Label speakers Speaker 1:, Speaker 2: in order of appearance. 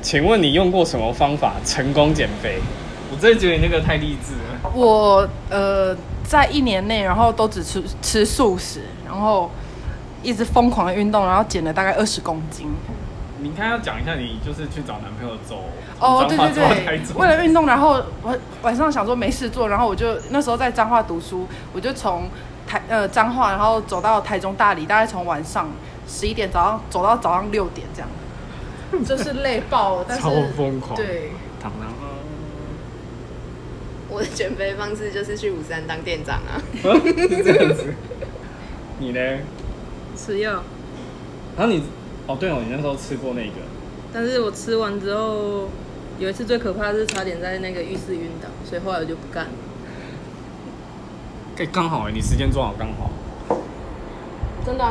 Speaker 1: 请问你用过什么方法成功减肥？
Speaker 2: 我真的觉得你那个太励志了。
Speaker 3: 我呃，在一年内，然后都只吃吃素食，然后一直疯狂的运动，然后减了大概二十公斤。
Speaker 2: 你应该要讲一下，你就是去找男朋友走
Speaker 3: 哦，对
Speaker 2: 从彰化走到
Speaker 3: 对
Speaker 2: 台
Speaker 3: 对，
Speaker 2: 中
Speaker 3: 为了运动，然后我晚上想说没事做，然后我就那时候在彰化读书，我就从台呃彰化，然后走到台中大理，大概从晚上十一点早上走到早上六点这 样，就是累爆了，但 是
Speaker 2: 超疯狂
Speaker 3: 对，
Speaker 2: 螳螂啊，
Speaker 4: 我的减肥方式就是去五三当店长啊。
Speaker 2: 是这样 子。你呢？
Speaker 5: 吃药，
Speaker 1: 然后你，哦对哦，你那时候吃过那个，
Speaker 5: 但是我吃完之后，有一次最可怕的是差点在那个浴室晕倒，所以后来我就不干了。
Speaker 2: 欸
Speaker 1: 哎、刚好哎，你时间正好刚好。
Speaker 5: 真的啊、